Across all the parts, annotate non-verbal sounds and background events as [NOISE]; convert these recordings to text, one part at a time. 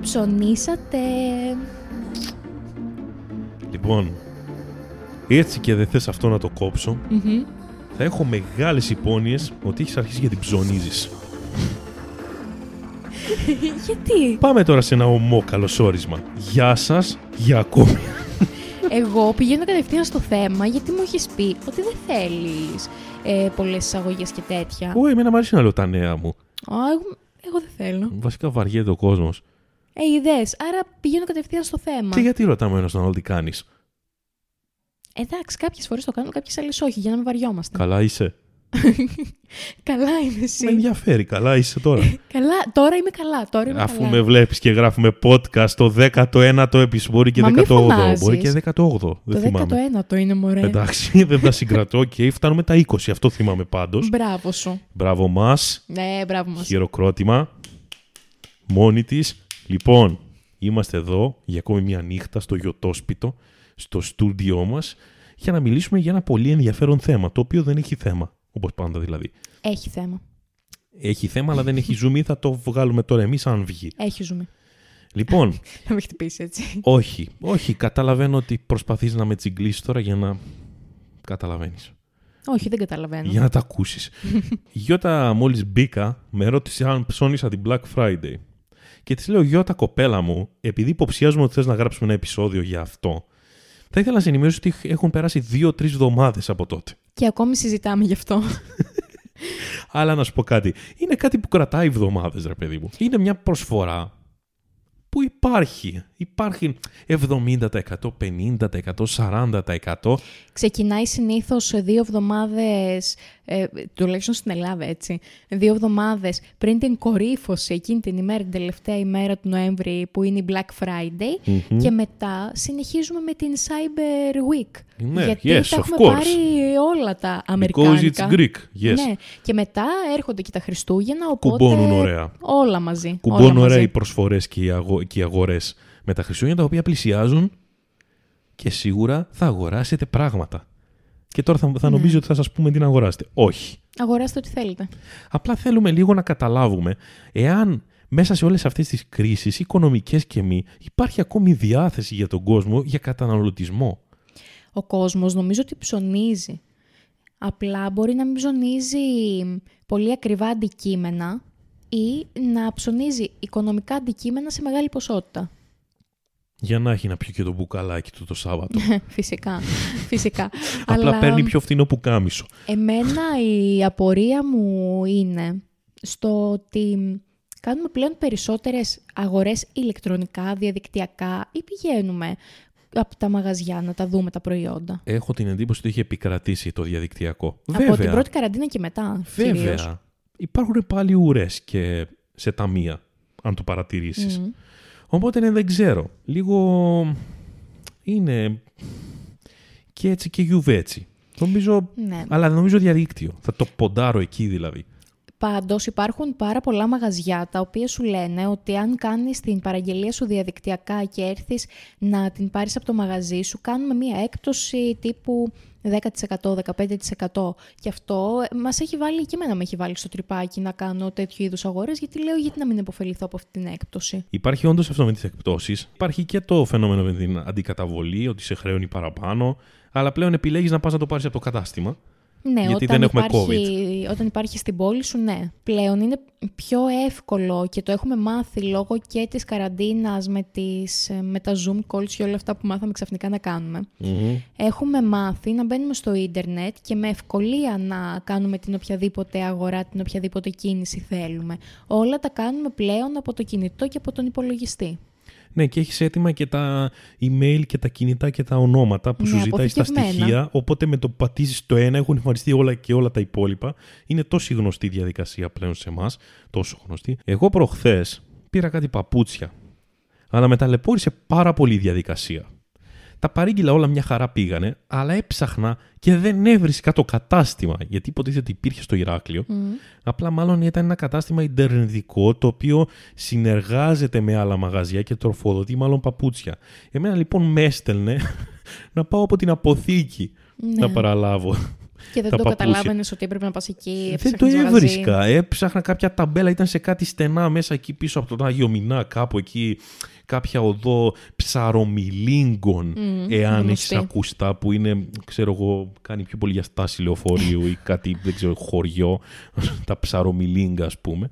ψωνίσατε. Λοιπόν, έτσι και δεν θες αυτό να το κόψω, Μμμ. θα έχω μεγάλες υπόνοιες ότι έχεις αρχίσει και την ψωνίζεις. Γιατί Πάμε τώρα σε ένα ομό καλωσόρισμα. Γεια σας, για ακόμη. εγώ πηγαίνω κατευθείαν στο θέμα γιατί μου έχεις πει ότι δεν θέλεις ε, πολλές εισαγωγές και τέτοια. Ω, εμένα μου αρέσει να λέω τα νέα μου. Α, εγώ, εγώ δεν θέλω. Βασικά βαριέται ο κόσμος. Ε, ιδέες. Άρα πηγαίνω κατευθείαν στο θέμα. Και γιατί ρωτάμε ο ένας τον άλλο τι κάνεις. Εντάξει, κάποιες φορές το κάνω, κάποιες άλλες όχι, για να μην βαριόμαστε. Καλά είσαι. Καλά είμαι Με εσύ. ενδιαφέρει, καλά είσαι Ε, τώρα. Καλά, τώρα είμαι καλά, τώρα είμαι Αφού καλά. με βλέπεις και γράφουμε podcast το 19ο επεισόδιο, μπορεί και Μα μη 18ο. φωνάζεις. Μπορεί και 18ο. Δεν Το θυμάμαι. 19ο είναι μωρέ. Εντάξει, [LAUGHS] δεν τα συγκρατώ και φτάνουμε τα 20. Αυτό θυμάμαι πάντως. Μπράβο σου. Μπράβο μας. Ναι, μπράβο μας. χειροκρότημα. Μόνη της. Λοιπόν, είμαστε εδώ για ακόμη μια νύχτα στο γιοτόσπιτο, στο στούντιό μας, για να μιλήσουμε για ένα πολύ ενδιαφέρον θέμα, το οποίο δεν έχει θέμα. Όπως πάντα δηλαδή. Έχει θέμα. Έχει θέμα, αλλά δεν έχει ζουμί, θα το βγάλουμε τώρα εμείς αν βγει. Έχει ζουμί. Λοιπόν, Να με χτυπήσει έτσι. όχι, όχι, καταλαβαίνω ότι προσπαθείς να με τσιγκλίσεις τώρα για να. Καταλαβαίνεις. Όχι, δεν καταλαβαίνω. Για να τα [LAUGHS] ακούσεις. Γιώτα, μόλις μπήκα, με ρώτησε αν ψώνισα την Black Friday. Και της λέω, Γιώτα, κοπέλα μου, επειδή υποψιάζουμε ότι θες να γράψουμε ένα επεισόδιο για αυτό, θα ήθελα να σε ενημερώσω ότι έχουν περάσει δύο-τρει εβδομάδες από τότε. Και ακόμη συζητάμε γι' αυτό. Αλλά να σου πω κάτι. Είναι κάτι που κρατάει εβδομάδες, ρε παιδί μου. Είναι μια προσφορά που υπάρχει. Υπάρχει 70%, 50%, 40%. Ξεκινάει συνήθως δύο εβδομάδες, ε, τουλάχιστον στην Ελλάδα έτσι, δύο εβδομάδες πριν την κορύφωση εκείνη την ημέρα, την τελευταία ημέρα του Νοέμβρη που είναι η Black Friday. Και μετά συνεχίζουμε με την Cyber Week. Ναι, γιατί yes, τα of έχουμε course. πάρει όλα τα Because Αμερικάνικα. it's Greek. Yes. Ναι, και μετά έρχονται και τα Χριστούγεννα, οπότε Κουμπώνουν ωραία. όλα μαζί. Κουμπώνουν όλα ωραία μαζί. οι προσφορές και οι, αγο... και οι αγορές με τα Χριστούγεννα, τα οποία πλησιάζουν και σίγουρα θα αγοράσετε πράγματα. Και τώρα θα, θα Ναι. νομίζω ότι θα σας πούμε τι να αγοράσετε. Όχι. Αγοράστε ό,τι θέλετε. Απλά θέλουμε λίγο να καταλάβουμε εάν μέσα σε όλες αυτές τις κρίσεις, οικονομικές και μη, υπάρχει ακόμη διάθεση για τον κόσμο για καταναλωτισμό. Ο κόσμος νομίζω ότι ψωνίζει. Απλά μπορεί να μην ψωνίζει πολύ ακριβά αντικείμενα ή να ψωνίζει οικονομικά αντικείμενα σε μεγάλη ποσότητα. Για να έχει να πιει και το μπουκαλάκι του το [LAUGHS] Σάββατο. Ε, φυσικά, φυσικά. Απλά παίρνει πιο φθηνό πουκάμισο. εμένα η απορία μου είναι στο ότι κάνουμε πλέον περισσότερες αγορές ηλεκτρονικά, διαδικτυακά ή πηγαίνουμε από τα μαγαζιά να τα δούμε τα προϊόντα. Έχω την εντύπωση ότι είχε επικρατήσει το διαδικτυακό. Από την πρώτη καραντίνα και μετά. κυρίως. Βέβαια. Υπάρχουν πάλι ουρέ και σε ταμεία, αν το παρατηρήσεις. Μμμ. Οπότε ναι, δεν ξέρω. Λίγο. είναι. και έτσι και γιουβέτσι. Νομίζω. Ναι. Αλλά νομίζω διαδίκτυο. Θα το ποντάρω εκεί δηλαδή. Πάντως υπάρχουν πάρα πολλά μαγαζιά τα οποία σου λένε ότι αν κάνεις την παραγγελία σου διαδικτυακά και έρθεις να την πάρεις από το μαγαζί σου, κάνουμε μία έκπτωση τύπου 10%, 15%. Και αυτό μας έχει βάλει και εμένα με έχει βάλει στο τρυπάκι να κάνω τέτοιου είδους αγορές, γιατί λέω γιατί να μην επωφεληθώ από αυτή την έκπτωση. Υπάρχει όντως αυτό με τις εκπτώσεις. Υπάρχει και το φαινόμενο με την αντικαταβολή, ότι σε χρεώνει παραπάνω. Αλλά πλέον επιλέγεις να πας να το πάρεις από το κατάστημα. Ναι, Γιατί όταν, δεν έχουμε υπάρχει, όταν υπάρχει στην πόλη σου, ναι. Πλέον είναι πιο εύκολο και το έχουμε μάθει λόγω και της καραντίνας με, τις, ε, με τα Zoom calls και όλα αυτά που μάθαμε ξαφνικά να κάνουμε. Έχουμε μάθει να μπαίνουμε στο ίντερνετ και με ευκολία να κάνουμε την οποιαδήποτε αγορά, την οποιαδήποτε κίνηση θέλουμε. Όλα τα κάνουμε πλέον από το κινητό και από τον υπολογιστή. Ναι, και έχεις έτοιμα και τα email και τα κινητά και τα ονόματα που Ναι, σου ζητάει στα αποθηκευμένα. στοιχεία. Οπότε με το που πατήσεις το ένα έχουν εμφανιστεί όλα και όλα τα υπόλοιπα. Είναι τόσο γνωστή η διαδικασία πλέον σε εμάς. Τόσο γνωστή. Εγώ προχθές πήρα κάτι παπούτσια. Αλλά με ταλαιπώρησε πάρα πολύ η διαδικασία. Τα παρήγγειλα όλα μια χαρά πήγανε, αλλά έψαχνα και δεν έβρισκα το κατάστημα. Γιατί υποτίθεται ότι υπήρχε στο Ηράκλειο. Απλά μάλλον ήταν ένα κατάστημα ιντερνετικό το οποίο συνεργάζεται με άλλα μαγαζιά και τροφοδοτεί μάλλον παπούτσια. [LAUGHS] Εμένα λοιπόν με έστελνε να πάω από την αποθήκη Ναι. να παραλάβω Και δεν τα το παπούτσια. καταλάβαινες ότι έπρεπε να πας εκεί. Δεν το έψαχνες μαγαζί. έβρισκα. Έψαχνα κάποια ταμπέλα, ήταν σε κάτι στενά μέσα εκεί πίσω από τον Άγιο Μινά, κάπου εκεί. Κάποια οδό ψαρομιλίγκων, Μμμ, εάν γνωστή. έχει ακουστά, που είναι, ξέρω εγώ, κάνει πιο πολύ για στάση λεωφορείου ή κάτι, δεν ξέρω, χωριό. [LAUGHS] τα ψαρομιλίγκα, ας πούμε,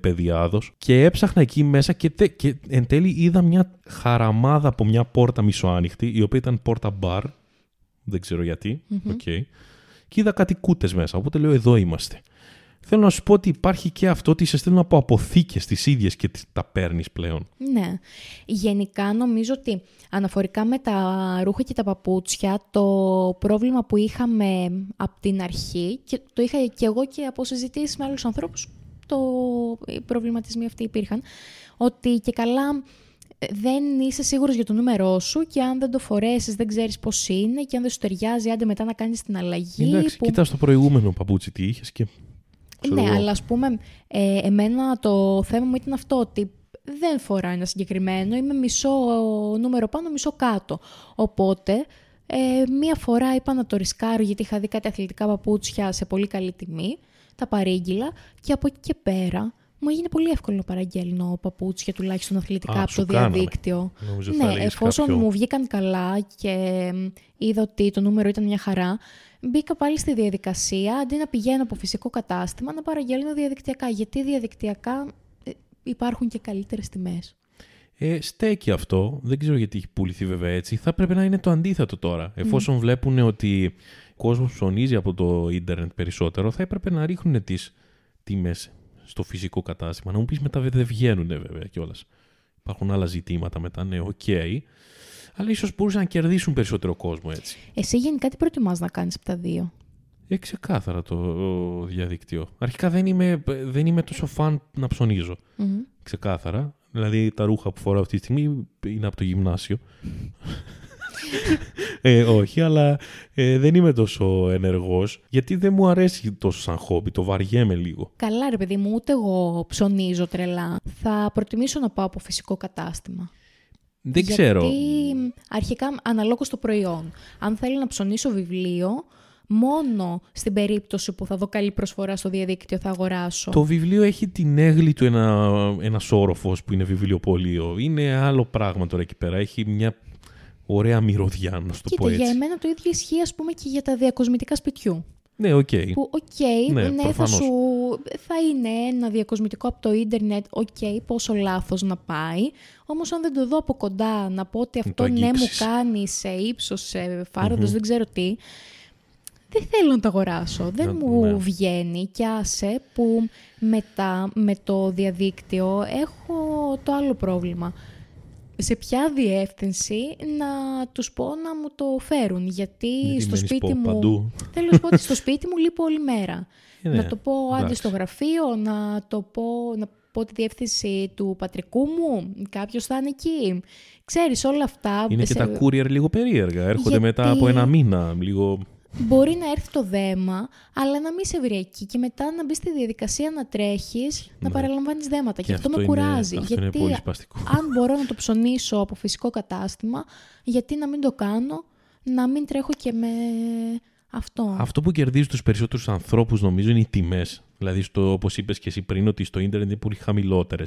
παιδιάδο. Και έψαχνα εκεί μέσα και, τε- και εν τέλει είδα μια χαραμάδα από μια πόρτα μισοάνοιχτη, η οποία ήταν πόρτα μπαρ. Δεν ξέρω γιατί. Οκ. Και είδα κάτι κούτες μέσα. Οπότε λέω: Εδώ είμαστε. Θέλω να σου πω ότι υπάρχει και αυτό ότι σε στέλνουν από αποθήκες τις ίδιες και τις- τα παίρνεις πλέον. Ναι. Γενικά νομίζω ότι αναφορικά με τα ρούχα και τα παπούτσια, το πρόβλημα που είχαμε από την αρχή, και το είχα και εγώ και από συζητήσεις με άλλους ανθρώπους, το, οι προβληματισμοί αυτοί υπήρχαν, ότι και καλά ε, δεν είσαι σίγουρος για το νούμερό σου και αν δεν το φορέσεις δεν ξέρεις πώς είναι και αν δεν σου ταιριάζει άντε μετά να κάνεις την αλλαγή Εντάξει, που κοίτα στο προηγούμενο παπούτσι τι είχες και. ξέρω Ε, ναι, εγώ. αλλά ας πούμε, ε, εμένα το θέμα μου ήταν αυτό ότι δεν φοράω ένα συγκεκριμένο, είμαι μισό νούμερο πάνω, μισό κάτω. Οπότε, ε, μία φορά είπα να το ρισκάρω γιατί είχα δει κάτι αθλητικά παπούτσια σε πολύ καλή τιμή, τα παρήγγυλα και από εκεί και πέρα μου έγινε πολύ εύκολο να παραγγέλνω παπούτσια τουλάχιστον αθλητικά Α, από σου το κάνανε. διαδίκτυο. Νομίζω θα Ναι, έλεγες εφόσον κάποιο- μου βγήκαν καλά και μ, είδα ότι το νούμερο ήταν μια χαρά, μπήκα πάλι στη διαδικασία αντί να πηγαίνω από φυσικό κατάστημα να παραγγέλνω διαδικτυακά. Γιατί διαδικτυακά ε, υπάρχουν και καλύτερες τιμές. Ε, στέκει αυτό. Δεν ξέρω γιατί έχει πουληθεί βέβαια έτσι. Θα πρέπει να είναι το αντίθετο τώρα. Εφόσον βλέπουν ότι ο κόσμος ψωνίζει από το ίντερνετ περισσότερο, θα έπρεπε να ρίχνουν τις τιμές στο φυσικό κατάστημα. Να μου πεις μετά δε- δεν βγαίνουν βέβαια κιόλας. Υπάρχουν άλλα ζητήματα μετά, ναι, οκ. Αλλά ίσως μπορούσαν να κερδίσουν περισσότερο κόσμο έτσι. Εσύ γενικά τι προτιμάς να κάνεις από τα δύο. Ε, ξεκάθαρα το ο, διαδικτύο. Αρχικά δεν είμαι, δεν είμαι τόσο φαν να ψωνίζω. Μμμ. Ξεκάθαρα. Δηλαδή τα ρούχα που φοράω αυτή τη στιγμή είναι από το γυμνάσιο. ε, όχι, αλλά ε, δεν είμαι τόσο ενεργός γιατί δεν μου αρέσει τόσο σαν χόμπι, το βαριέμαι λίγο. Καλά ρε παιδί μου, ούτε εγώ ψωνίζω τρελά. Θα προτιμήσω να πάω από φυσικό κατάστημα. Δεν ξέρω. Γιατί μ, αρχικά αναλόγως το προϊόν. Αν θέλω να ψωνίσω βιβλίο, μόνο στην περίπτωση που θα δω καλή προσφορά στο διαδίκτυο θα αγοράσω. Το βιβλίο έχει την έγλη του ένα, ένας όροφος που είναι βιβλιοπωλείο. Είναι άλλο πράγμα τώρα εκεί πέρα. Έχει μια ωραία μυρωδιά, να σου το πω Κοίτα, έτσι. για εμένα το ίδιο ισχύει ας πούμε και για τα διακοσμητικά σπιτιού. Ναι, οκ. Που, οκ, Ναι, ναι, θα, προφανώς. σου, θα είναι ένα διακοσμητικό από το ίντερνετ, οκ, πόσο λάθος να πάει. Όμως αν δεν το δω από κοντά, να πω ότι αυτό ναι μου αγγίξεις. κάνει σε ύψος, σε φάροντος, δεν ξέρω τι, δεν θέλω να το αγοράσω. Δεν Να- μου ναι. βγαίνει και άσε που μετά με το διαδίκτυο έχω το άλλο πρόβλημα. Σε ποια διεύθυνση να τους πω να μου το φέρουν, γιατί Γιατί στο μένεις σπίτι πο- μου... παντού. Θέλω να σου πω ότι στο σπίτι μου λείπω όλη μέρα. Ε, ναι, να το πω άντε εντάξει. στο γραφείο, να το πω, να πω τη διεύθυνση του πατρικού μου, κάποιος θα είναι εκεί. Ξέρεις όλα αυτά. Είναι και σε- τα courier λίγο περίεργα. Έρχονται Γιατί- μετά από ένα μήνα. Λίγο... Μπορεί να έρθει το δέμα, αλλά να μην σε βρει εκεί και μετά να μπει στη διαδικασία να τρέχεις, να παραλαμβάνεις δέματα. Και, αυτό, με είναι- κουράζει. Ναι. Αυτό γιατί είναι πολύ σπαστικό. αν μπορώ να το ψωνίσω από φυσικό κατάστημα, γιατί να μην το κάνω, να μην τρέχω και με αυτό. Αυτό που κερδίζεις τους περισσότερους ανθρώπους, νομίζω, είναι οι τιμές. Δηλαδή, όπως είπες και εσύ πριν, ότι στο ίντερνετ είναι πολύ χαμηλότερες.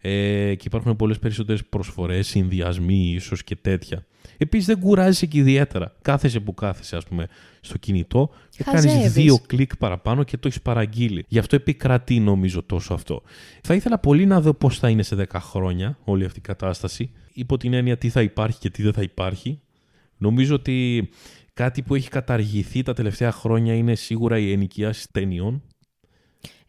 Ε, και υπάρχουν πολλές περισσότερες προσφορές, συνδυασμοί, ίσως και τέτοια. Επίσης, δεν κουράζεις και ιδιαίτερα. Κάθεσαι που κάθεσαι, ας πούμε, στο κινητό και κάνει Χαζεύεις. Ε, δύο κλικ παραπάνω και το έχεις παραγγείλει. Γι' αυτό επικρατεί, νομίζω, τόσο αυτό. Θα ήθελα πολύ να δω πώς θα είναι σε 10 χρόνια όλη αυτή η κατάσταση. Υπό την έννοια τι θα υπάρχει και τι δεν θα υπάρχει. Νομίζω ότι κάτι που έχει καταργηθεί τα τελευταία χρόνια είναι σίγουρα η ενοικιάση ταινιών.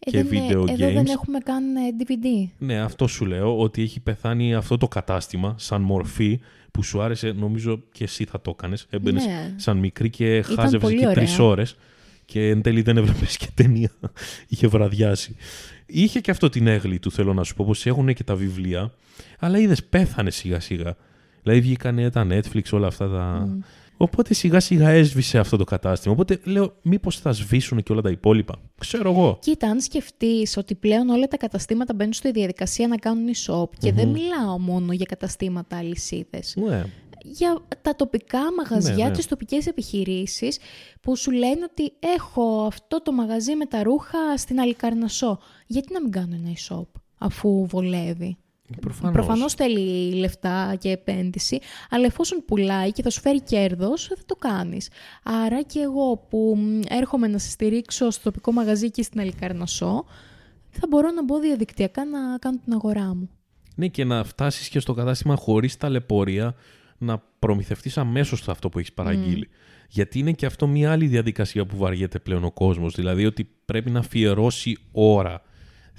Ε, και δεν είναι- video Εδώ δεν games. έχουμε καν ε, DVD. Ναι, αυτό σου λέω, ότι έχει πεθάνει αυτό το κατάστημα σαν μορφή που σου άρεσε, νομίζω και εσύ θα το έκανες. Έμπαινες Ναι. σαν μικρή και Ήταν χάζευες πολύ και ωραία. τρει ώρες. Και εν τέλει δεν έβλεπες και ταινία. [LAUGHS] Είχε βραδιάσει. Είχε και αυτό την έγκλη του, θέλω να σου πω, πως έχουν και τα βιβλία. Αλλά είδες, πέθανε σιγά σιγά. Δηλαδή βγήκανε τα Netflix, όλα αυτά τα. Οπότε σιγά σιγά έσβησε αυτό το κατάστημα. Οπότε λέω, μήπως θα σβήσουν και όλα τα υπόλοιπα. Ξέρω εγώ. Κοίτα, αν σκεφτείς ότι πλέον όλα τα καταστήματα μπαίνουν στη διαδικασία να κάνουν e-shop και δεν μιλάω μόνο για καταστήματα αλυσίδες. Ναι. για τα τοπικά μαγαζιά, Ναι, ναι. τις τοπικές επιχειρήσεις που σου λένε ότι έχω αυτό το μαγαζί με τα ρούχα στην Αλικαρνασό. Γιατί να μην κάνω ένα e-shop αφού βολεύει. Προφανώς. Προφανώς θέλει λεφτά και επένδυση, αλλά εφόσον πουλάει και θα σου φέρει κέρδος, θα το κάνεις. Άρα και εγώ που μ, έρχομαι να σε στηρίξω στο τοπικό μαγαζί εκεί στην Αλικαρνασό, θα μπορώ να μπω διαδικτυακά να κάνω την αγορά μου. Ναι, και να φτάσεις και στο κατάστημα χωρίς ταλαιπωρία να προμηθευτείς αμέσως το αυτό που έχεις παραγγείλει. Mm. Γιατί είναι και αυτό μια άλλη διαδικασία που βαριέται πλέον ο κόσμος. Δηλαδή ότι πρέπει να αφιερώσει ώρα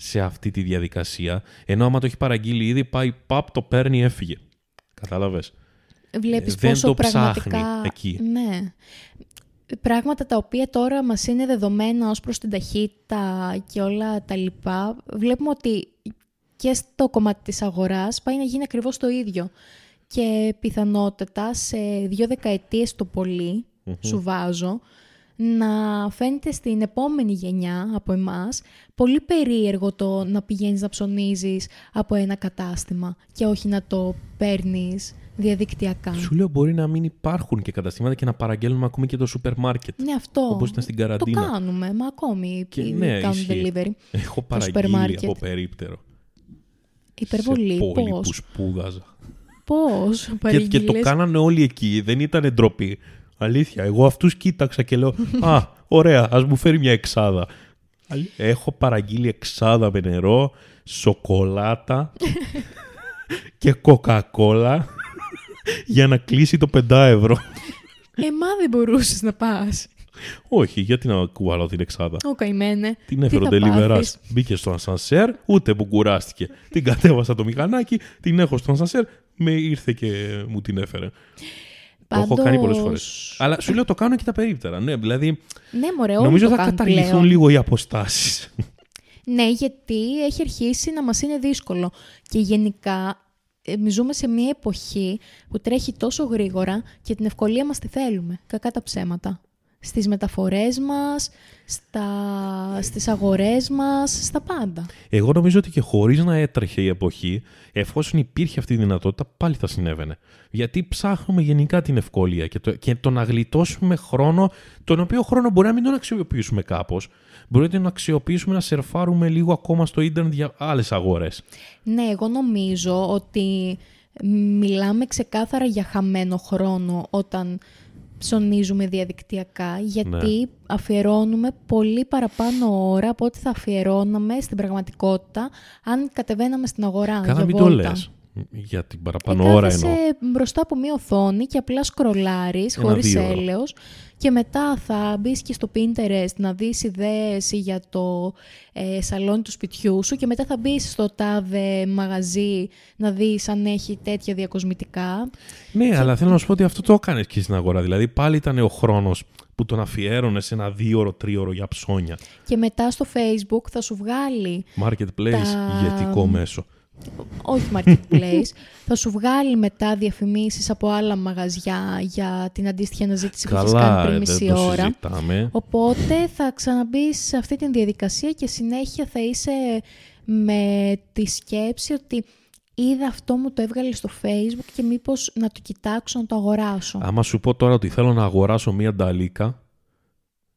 σε αυτή τη διαδικασία. Ενώ άμα το έχει παραγγείλει ήδη, πάει παπ, το παίρνει, έφυγε. Κατάλαβες. Mm. Βλέπεις Ε, δεν πόσο το ψάχνει πραγματικά... εκεί. Ναι. Πράγματα τα οποία τώρα μας είναι δεδομένα ως προς την ταχύτητα και όλα τα λοιπά, βλέπουμε ότι και στο κομμάτι της αγοράς πάει να γίνει ακριβώς το ίδιο. Και πιθανότατα σε δύο δεκαετίες το πολύ, σου βάζω, να φαίνεται στην επόμενη γενιά από εμάς πολύ περίεργο το να πηγαίνεις να ψωνίζεις από ένα κατάστημα και όχι να το παίρνεις διαδικτυακά. Σου λέω μπορεί να μην υπάρχουν και καταστήματα και να παραγγέλνουμε ακόμη και το σούπερ μάρκετ. Ναι, αυτό. Όπως ήταν στην Το καραντίνα. κάνουμε, μα ακόμη Και οι- ναι, κάνουν ισχύει. delivery. Έχω σούπερ παραγγείλει μάρκετ. από περίπτερο. Υπερβολή. σε πόλη Πώς. που σπούδαζα. Πώς. Και, και το κάνανε όλοι εκεί. Δεν ήταν ντροπή. Αλήθεια. Εγώ αυτούς κοίταξα και λέω Α, ωραία, ας μου φέρει μια εξάδα. Αλη- Έχω παραγγείλει εξάδα με νερό, [LAUGHS] σοκολάτα και κοκακόλα για να κλείσει το 5 ευρώ. Εμά Ε, δεν μπορούσες να πας. Όχι, γιατί να κουβαλάω την εξάδα. Ω καημένε. Την τι έφερε ο θα Ντελιβερά. πάθεις. Μπήκε στο ασανσέρ, ούτε που κουράστηκε. την κατέβασα το μηχανάκι, την έχω στο ασανσέρ, με ήρθε και μου την έφερε. Το έχω κάνει πολλές φορές. Πάντως, Αλλά σου λέω το κάνω και τα περίπτερα. Ναι, δηλαδή Ναι, μωρέ, όλοι νομίζω το θα κάνουν καταργηθούν πλέον. λίγο οι αποστάσεις. Ναι, γιατί έχει αρχίσει να μας είναι δύσκολο. Και γενικά ε, ζούμε σε μια εποχή που τρέχει τόσο γρήγορα και την ευκολία μας τη θέλουμε. Κακά τα ψέματα. Στις μεταφορές μας, στα... στις αγορές μας, στα πάντα. [LAUGHS] Εγώ νομίζω ότι και χωρίς να έτρεχε η εποχή, εφόσον υπήρχε αυτή η δυνατότητα, πάλι θα συνέβαινε. Γιατί ψάχνουμε γενικά την ευκολία και το, και το να γλιτώσουμε χρόνο, τον οποίο χρόνο μπορεί να μην τον αξιοποιήσουμε κάπως. Μπορεί να τον αξιοποιήσουμε να σερφάρουμε λίγο ακόμα στο ίντερνετ για άλλες αγορές. Ναι, εγώ νομίζω ότι μιλάμε ξεκάθαρα για χαμένο χρόνο όταν ψωνίζουμε διαδικτυακά, γιατί Ναι. αφιερώνουμε πολύ παραπάνω ώρα από ό,τι θα αφιερώναμε στην πραγματικά αν κατεβαίναμε στην αγορά Καλά, για μην το βόλτα. λες. Για την Ε, παραπάνω ώρα κάθεσαι εννοώ. μπροστά από μία οθόνη και απλά σκρολάρεις Ένα χωρίς δύο. έλεος και μετά θα μπεις και στο Pinterest να δεις ιδέες για το ε, σαλόνι του σπιτιού σου και μετά θα μπεις στο τάδε μαγαζί να δεις αν έχει τέτοια διακοσμητικά. Ναι, αλλά θέλω να σου πω ότι αυτό το έκανες και στην αγορά. Δηλαδή πάλι ήταν ο χρόνος που τον αφιέρωνες σε ένα δύο-ώρο, τρίωρο για ψώνια. Και μετά στο Facebook θα σου βγάλει, Marketplace, Τα- ηγετικό μέσο. όχι [LAUGHS] marketplace, θα σου βγάλει μετά διαφημίσεις από άλλα μαγαζιά για την αντίστοιχη αναζήτηση που έχεις κάνει Καλά, πριν ε, δεν μισή το ώρα. συζητάμε. Οπότε θα ξαναμπεί σε αυτή την διαδικασία και συνέχεια θα είσαι με τη σκέψη ότι είδα αυτό μου το έβγαλε στο facebook και μήπως να το κοιτάξω να το αγοράσω. Άμα σου πω τώρα ότι θέλω να αγοράσω μία νταλίκα,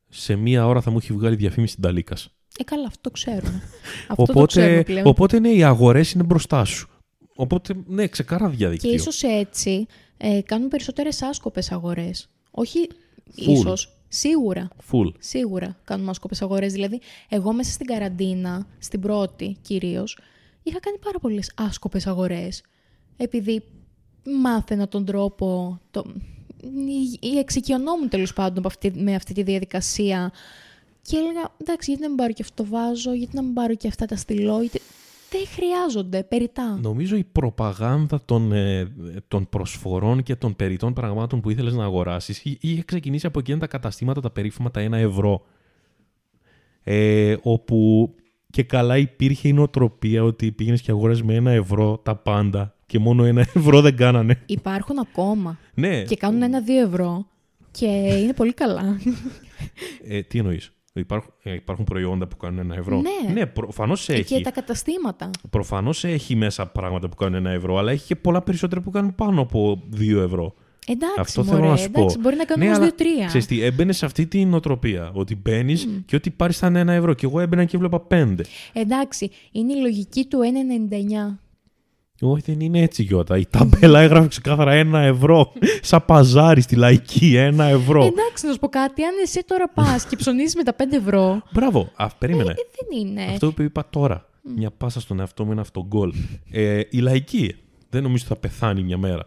σε μία ώρα θα μου έχει βγάλει διαφήμιση νταλίκας. Ε, καλά, αυτό το [LAUGHS] ξέρουμε. αυτό το ξέρουμε Οπότε, πλέον. οπότε ναι, οι αγορές είναι μπροστά σου. Οπότε, ναι, ξεκάρα Και διαδικτύο. ίσως έτσι ε, κάνουν περισσότερες άσκοπες αγορές. Όχι Full. ίσως, σίγουρα. Full. Σίγουρα κάνουμε άσκοπες αγορές. Δηλαδή, εγώ μέσα στην καραντίνα, στην πρώτη κυρίως, είχα κάνει πάρα πολλές άσκοπες αγορές. Επειδή μάθαινα τον τρόπο, το... ή- ή εξοικειωνόμουν τέλος πάντων από αυτή, με αυτή τη διαδικασία και έλεγα, εντάξει, γιατί να μην πάρω και αυτό το βάζο, γιατί να μην πάρω και αυτά τα στυλό, γιατί... δεν χρειάζονται, περιτά. Νομίζω η προπαγάνδα των, ε, των προσφορών και των περιττών πραγμάτων που ήθελες να αγοράσεις εί- είχε ξεκινήσει από εκείνα τα καταστήματα τα περίφημα τα 1 ευρώ ε, όπου και καλά υπήρχε η νοοτροπία ότι πήγαινες και αγορές με 1 ευρώ τα πάντα και μόνο 1 [LAUGHS] ευρώ δεν κάνανε. Υπάρχουν ακόμα Ναι, και κάνουν ένα-δύο ευρώ και είναι πολύ καλά. ε, τι εννοείς. Υπάρχουν, ε, υπάρχουν προϊόντα που κάνουν ένα ευρώ. Ναι. ναι προφανώς έχει. Και τα καταστήματα. Προφανώς έχει μέσα πράγματα που κάνουν ένα ευρώ, αλλά έχει και πολλά περισσότερα που κάνουν πάνω από δύο ευρώ. Εντάξει, Αυτό μωρέ, θέλω να σου πω. εντάξει, μπορεί να κάνουμε ναι, όμως αλλά, δύο-τρία. Ξέρεις τι, έμπαινες σε αυτή την νοοτροπία. Ότι μπαίνεις και ότι πάρεις θα είναι ένα ευρώ. Και εγώ έμπαινα και έβλεπα πέντε. Εντάξει, είναι η λογική του 1,99. Όχι, δεν είναι έτσι, Γιώτα. Η ταμπέλα έγραφε ξεκάθαρα ένα ευρώ. Σαν παζάρι στη λαϊκή, ένα ευρώ. Εντάξει, να σου πω κάτι. Αν εσύ τώρα πας και ψωνίζεις με τα 5 ευρώ. Μπράβο, α, περίμενε. ε, δεν είναι. Αυτό που είπα τώρα. Μια πάσα στον εαυτό μου, ένα αυτογκολ. Ε, η λαϊκή. Δεν νομίζω ότι θα πεθάνει μια μέρα.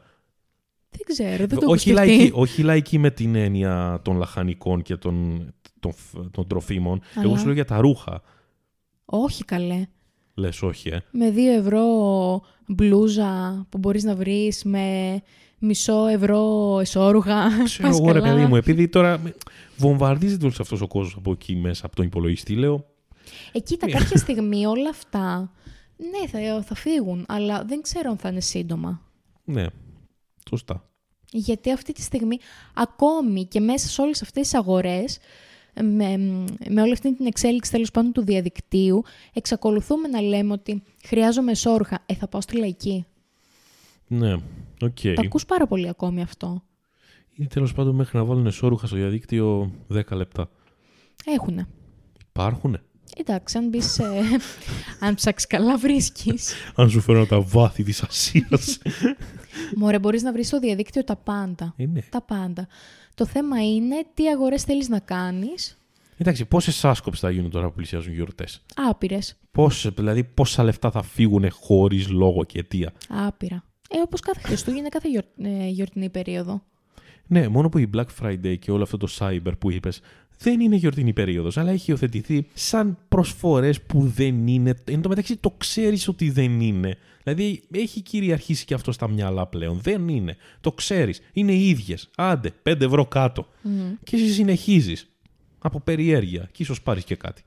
Δεν ξέρω, δεν το έχω όχι, η σκεφτεί. λαϊκή, όχι η λαϊκή με την έννοια των λαχανικών και των, των, των τροφίμων. Αλλά. Εγώ σου λέω για τα ρούχα. Όχι καλέ. Λες, όχι, ε. Με 2 ευρώ μπλούζα που μπορείς να βρεις με μισό ευρώ εσόρουχα. [LAUGHS] Ξέρω Πας εγώ, ρε καλά. παιδί μου, επειδή τώρα με- βομβαρδίζεται όλος αυτός ο κόσμος από εκεί μέσα, από τον υπολογιστή, λέω. Ε, κοίτα, κάποια στιγμή όλα αυτά, ναι, θα, θα φύγουν, αλλά δεν ξέρω αν θα είναι σύντομα. Ναι, σωστά. Γιατί αυτή τη στιγμή, ακόμη και μέσα σε όλες αυτές τις αγορές, με, με όλη αυτή την εξέλιξη τέλος πάντων του διαδικτύου, εξακολουθούμε να λέμε ότι χρειάζομαι εσόρουχα. Ε, θα πάω στη λαϊκή. Ναι, οκ. Τα ακούς πάρα πολύ ακόμη αυτό. Ή τέλος πάντων μέχρι να βάλουν εσόρουχα στο διαδίκτυο 10 λεπτά. Έχουνε. Υπάρχουνε. Εντάξει, αν, μπεις, ε, αν ψάξεις καλά, βρίσκεις. Αν σου φέρω τα βάθη της Ασίας. [LAUGHS] Μωρέ, μπορείς να βρεις στο διαδίκτυο τα πάντα. είναι. Τα πάντα. Το θέμα είναι τι αγορές θέλεις να κάνεις. Εντάξει, πόσες άσκοψε θα γίνουν τώρα που πλησιάζουν γιορτές. Άπειρες. Πόσες, δηλαδή, πόσα λεφτά θα φύγουν χωρίς λόγο και αιτία. Άπειρα. Ε, όπως κάθε Χριστούγεννα, κάθε γιορ... ε, γιορτινή περίοδο. Ναι, μόνο που η Black Friday και όλο αυτό το cyber που είπες δεν είναι γιορτινή περίοδος, αλλά έχει υιοθετηθεί σαν προσφορές που δεν είναι. Εν τω μεταξύ το ξέρεις ότι δεν είναι. Δηλαδή έχει κυριαρχήσει και αυτό στα μυαλά πλέον. Δεν είναι. Το ξέρεις. Είναι ίδιες. Άντε, 5 ευρώ κάτω. Και εσύ συνεχίζεις. Από περιέργεια. Και ίσως πάρεις και κάτι.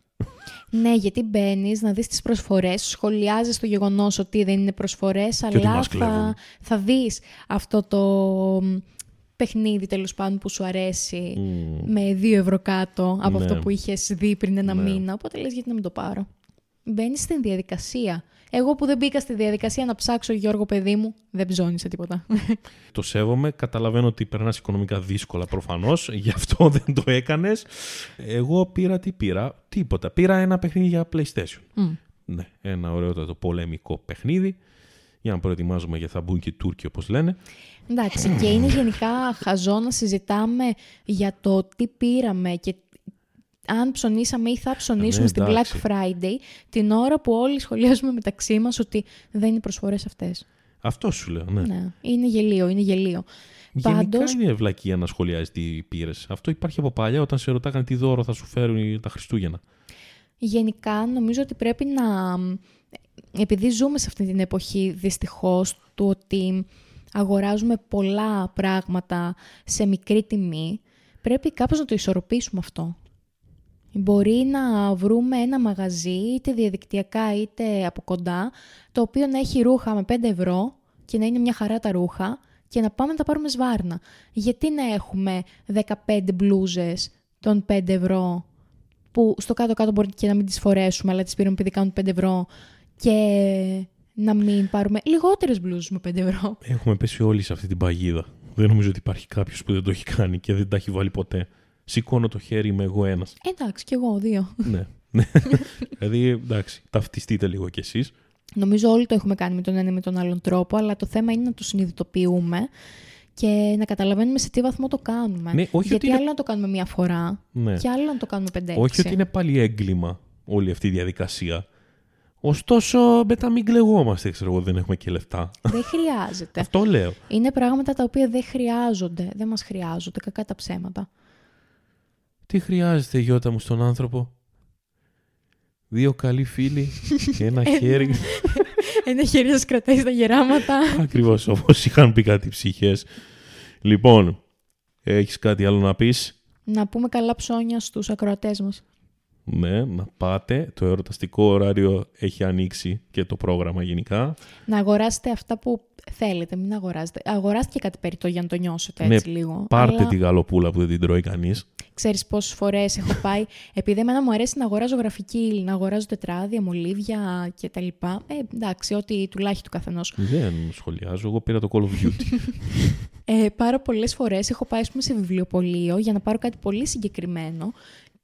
Ναι, γιατί μπαίνεις να δεις τις προσφορές, σχολιάζεις το γεγονός ότι δεν είναι προσφορές, ότι αλλά μας κλέβουν. θα, θα δεις αυτό το μ, παιχνίδι τέλος πάντων που σου αρέσει με δύο ευρώ κάτω από Ναι. αυτό που είχες δει πριν ένα μήνα. Οπότε λες, γιατί να μην το πάρω. Μπαίνεις στην διαδικασία. Εγώ που δεν μπήκα στη διαδικασία να ψάξω, Γιώργο, παιδί μου, δεν ψώνισε τίποτα. Το σέβομαι. Καταλαβαίνω ότι περνάς οικονομικά δύσκολα προφανώς. [LAUGHS] Γι' αυτό δεν το έκανες. Εγώ πήρα τι πήρα. Τίποτα. Πήρα ένα παιχνίδι για PlayStation. Μμ. Ναι, ένα ωραιότατο πολεμικό παιχνίδι. Για να προετοιμάζουμε για θα μπουν και οι Τούρκοι όπως λένε. Εντάξει, και [CLEARS THROAT] είναι γενικά χαζό να συζητάμε για το τι πήραμε και αν ψωνίσαμε ή θα ψωνίσουμε Ναι, στην εντάξει. Black Friday την ώρα που όλοι σχολιάζουμε μεταξύ μας ότι δεν είναι προσφορές αυτές. Αυτό σου λέω, ναι. Ναι, είναι γελίο, είναι γελίο. Γενικά Πάντως- είναι ευλακία να σχολιάζει τι πήρες. Αυτό υπάρχει από παλιά όταν σε ρωτάγανε τι δώρο θα σου φέρουν τα Χριστούγεννα. Γενικά νομίζω ότι πρέπει να... Επειδή ζούμε σε αυτή την εποχή δυστυχώς του ότι αγοράζουμε πολλά πράγματα σε μικρή τιμή, πρέπει κάπως να το ισορροπήσουμε αυτό. Μπορεί να βρούμε ένα μαγαζί, είτε διαδικτυακά είτε από κοντά, το οποίο να έχει ρούχα με 5 ευρώ και να είναι μια χαρά τα ρούχα και να πάμε να τα πάρουμε σβάρνα. Γιατί να έχουμε 15 μπλούζες των 5 ευρώ που στο κάτω-κάτω μπορεί και να μην τις φορέσουμε, αλλά τις πήραμε επειδή κάνουν 5 ευρώ και να μην πάρουμε λιγότερες μπλούζες με 5 ευρώ. Έχουμε πέσει όλοι σε αυτή την παγίδα. Δεν νομίζω ότι υπάρχει κάποιος που δεν το έχει κάνει και δεν τα έχει βάλει ποτέ. Σηκώνω το χέρι, είμαι εγώ ένας. [LAUGHS] Εντάξει, κι εγώ δύο. ναι. [LAUGHS] δηλαδή, εντάξει, ταυτιστείτε λίγο κι εσείς. Νομίζω όλοι το έχουμε κάνει με τον ένα ή με τον άλλον τρόπο, αλλά το θέμα είναι να το συνειδητοποιούμε και να καταλαβαίνουμε σε τι βαθμό το κάνουμε. Ναι, όχι Γιατί ότι είναι- άλλο να το κάνουμε μία φορά Ναι. και άλλο να το κάνουμε πέντε-έξι. Όχι ότι είναι πάλι έγκλημα όλη αυτή η διαδικασία. Ωστόσο, μετά μην κλεγόμαστε, ξέρω εγώ, δεν έχουμε και λεφτά. Δεν χρειάζεται. Αυτό λέω. είναι πράγματα τα οποία δεν χρειάζονται, δεν μας χρειάζονται, κακά τα ψέματα. Τι χρειάζεται, Γιώτα μου, στον άνθρωπο. Δύο καλοί φίλοι, ένα χέρι. [LAUGHS] Ένα χέρι να σας κρατάει τα γεράματα. Ακριβώς όπως είχαν πει κάτι ψυχές. Λοιπόν, έχεις κάτι άλλο να πεις. να πούμε καλά ψώνια στους ακροατές μας. Ναι, να πάτε. Το εορταστικό ωράριο έχει ανοίξει και το πρόγραμμα γενικά. Να αγοράσετε αυτά που θέλετε, μην αγοράζετε. Αγοράστε και κάτι περιττό για να το νιώσετε Ναι, έτσι λίγο. Πάρτε αλλά τη γαλοπούλα που δεν την τρώει κανείς. Ξέρεις πόσες φορές έχω πάει, επειδή εμένα μου αρέσει να αγοράζω γραφική ύλη, να αγοράζω τετράδια, μολύβια κτλ. Ε, εντάξει, ό,τι τουλάχιστον καθενός. Δεν σχολιάζω. Εγώ πήρα το Call of Duty. Ε, πάρα πολλές φορές έχω πάει ας πούμε, σε βιβλιοπωλείο για να πάρω κάτι πολύ συγκεκριμένο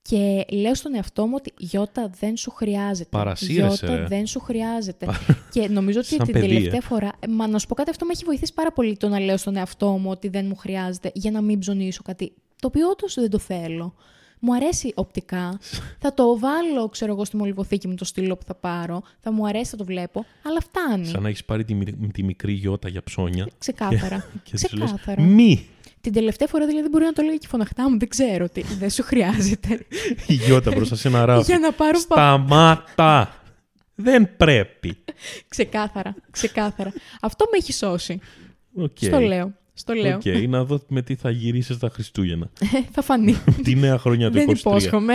και λέω στον εαυτό μου ότι Γιώτα δεν σου χρειάζεται. Παρασύρεσαι, Γιώτα ρε. δεν σου χρειάζεται. και νομίζω ότι Σαν την παιδί, ε. τελευταία φορά. ε, Μα να σου πω κάτι, αυτό με έχει βοηθήσει πάρα πολύ το να λέω στον εαυτό μου ότι δεν μου χρειάζεται για να μην ψωνίσω κάτι. Το οποίο όντως δεν το θέλω. Μου αρέσει οπτικά. θα το βάλω, ξέρω εγώ, στη μολυβοθήκη μου το στυλό που θα πάρω. Θα μου αρέσει, θα το βλέπω. Αλλά φτάνει. Σαν να έχεις πάρει τη, μικ- τη μικρή γιώτα για ψώνια. Ξεκάθαρα. [LAUGHS] Και τη λες. Ξεκάθαρα. Μη! Την τελευταία φορά δηλαδή μπορεί να το λέει και φωναχτά μου, δεν ξέρω τι. Δεν σου χρειάζεται. Η γιώτα μπροστά σε ένα ράφι. για να πάρω πα... Σταμάτα! Δεν πρέπει. Ξεκάθαρα. Ξεκάθαρα. Αυτό με έχει σώσει. Οκ. Στο λέω. Στο λέω. Οκ, να δω με τι θα γυρίσεις τα [LAUGHS] Χριστούγεννα. Ε, θα φανεί. τη νέα χρονιά του δεν 23. υπόσχομαι.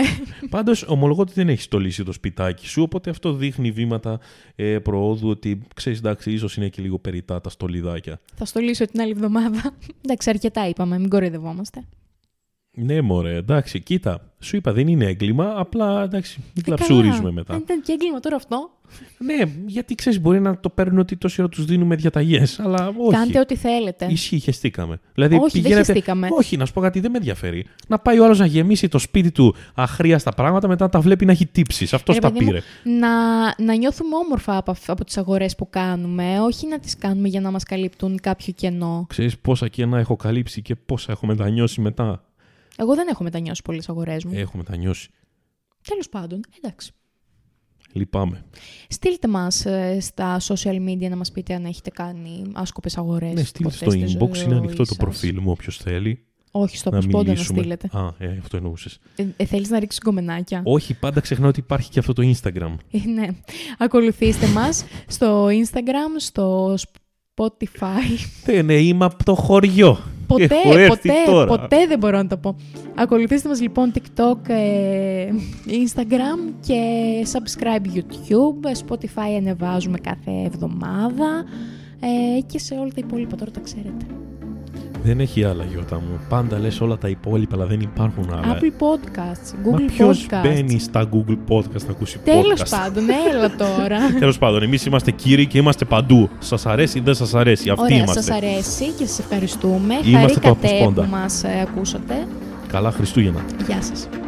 Πάντως, ομολογώ ότι δεν έχεις στολίσει το σπιτάκι σου, οπότε αυτό δείχνει βήματα ε, προόδου ότι ξέρεις, εντάξει, ίσως είναι και λίγο περιτά τα στολιδάκια. θα στολίσω την άλλη εβδομάδα. Εντάξει, αρκετά είπαμε. Μην κοροϊδευόμαστε. Ναι, μωρέ, εντάξει, κοίτα. Σου είπα, δεν είναι έγκλημα, απλά εντάξει, μην Ε, καλά. κλαψουρίζουμε μετά. Αν ήταν και έγκλημα τώρα αυτό. Ναι, γιατί ξέρεις, μπορεί να το παίρνουν ότι τόση ώρα τους δίνουμε διαταγές, αλλά όχι. Κάντε ό,τι θέλετε. Ισχύει, χεστήκαμε. Δηλαδή, Όχι, δεν πηγαίνετε- χεστήκαμε. Όχι, να σου πω κάτι, δεν με ενδιαφέρει. Να πάει ο άλλος να γεμίσει το σπίτι του αχρίαστα πράγματα, μετά τα βλέπει να έχει τύψεις. Αυτός Ρε τα Ε, παιδί μου, πήρε. να, να νιώθουμε όμορφα από, αυ- από τις αγορές που κάνουμε, όχι να τις κάνουμε για να μας καλύπτουν κάποιο κενό. Ξέρεις πόσα κενά έχω καλύψει και πόσα έχω μετανιώσει μετά. Εγώ δεν έχω μετανιώσει πολλές αγορές μου. Έχω μετανιώσει. Τέλος πάντων, εντάξει. Λυπάμαι. Στείλτε μας ε, στα social media να μας πείτε αν έχετε κάνει άσκοπες αγορές. Ναι, στείλτε στο ποτέ στη inbox, είναι ανοιχτό ζωή το σας. προφίλ μου, όποιος θέλει. Όχι, στο να αποσπόντα να μιλήσουμε. στείλετε. Α, ε, αυτό εννοούσες. Ε, ε, θέλεις να ρίξεις κομμενάκια. Όχι, πάντα ξεχνάω ότι υπάρχει και αυτό το Instagram. Ε, ναι. Ακολουθήστε μας στο Instagram, στο Spotify. [LAUGHS] Δεν ναι, είμαι από το χωριό. Έχω Ποτέ, έρθει ποτέ, τώρα. ποτέ δεν μπορώ να το πω. Ακολουθήστε μας λοιπόν TikTok, ε, Instagram και subscribe YouTube. Spotify ανεβάζουμε κάθε εβδομάδα ε, και σε όλα τα υπόλοιπα τώρα τα ξέρετε. Δεν έχει άλλα γιώτα μου. Πάντα λες όλα τα υπόλοιπα, αλλά δεν υπάρχουν άλλα. Apple Podcasts, Μα Google ποιος Podcasts. μπαίνει στα Google Podcast να ακούσει Τέλος podcast. πάντων, έλα τώρα. Τέλος πάντων, εμείς είμαστε κύριοι και είμαστε παντού. Σας αρέσει ή δεν σας αρέσει. [LAUGHS] Αυτοί Ωραία, είμαστε. σας αρέσει και σας ευχαριστούμε. Είμαστε το Χαρήκατε Αποσπόντα. που μας ε, ακούσατε. Καλά Χριστούγεννα. Γεια σας.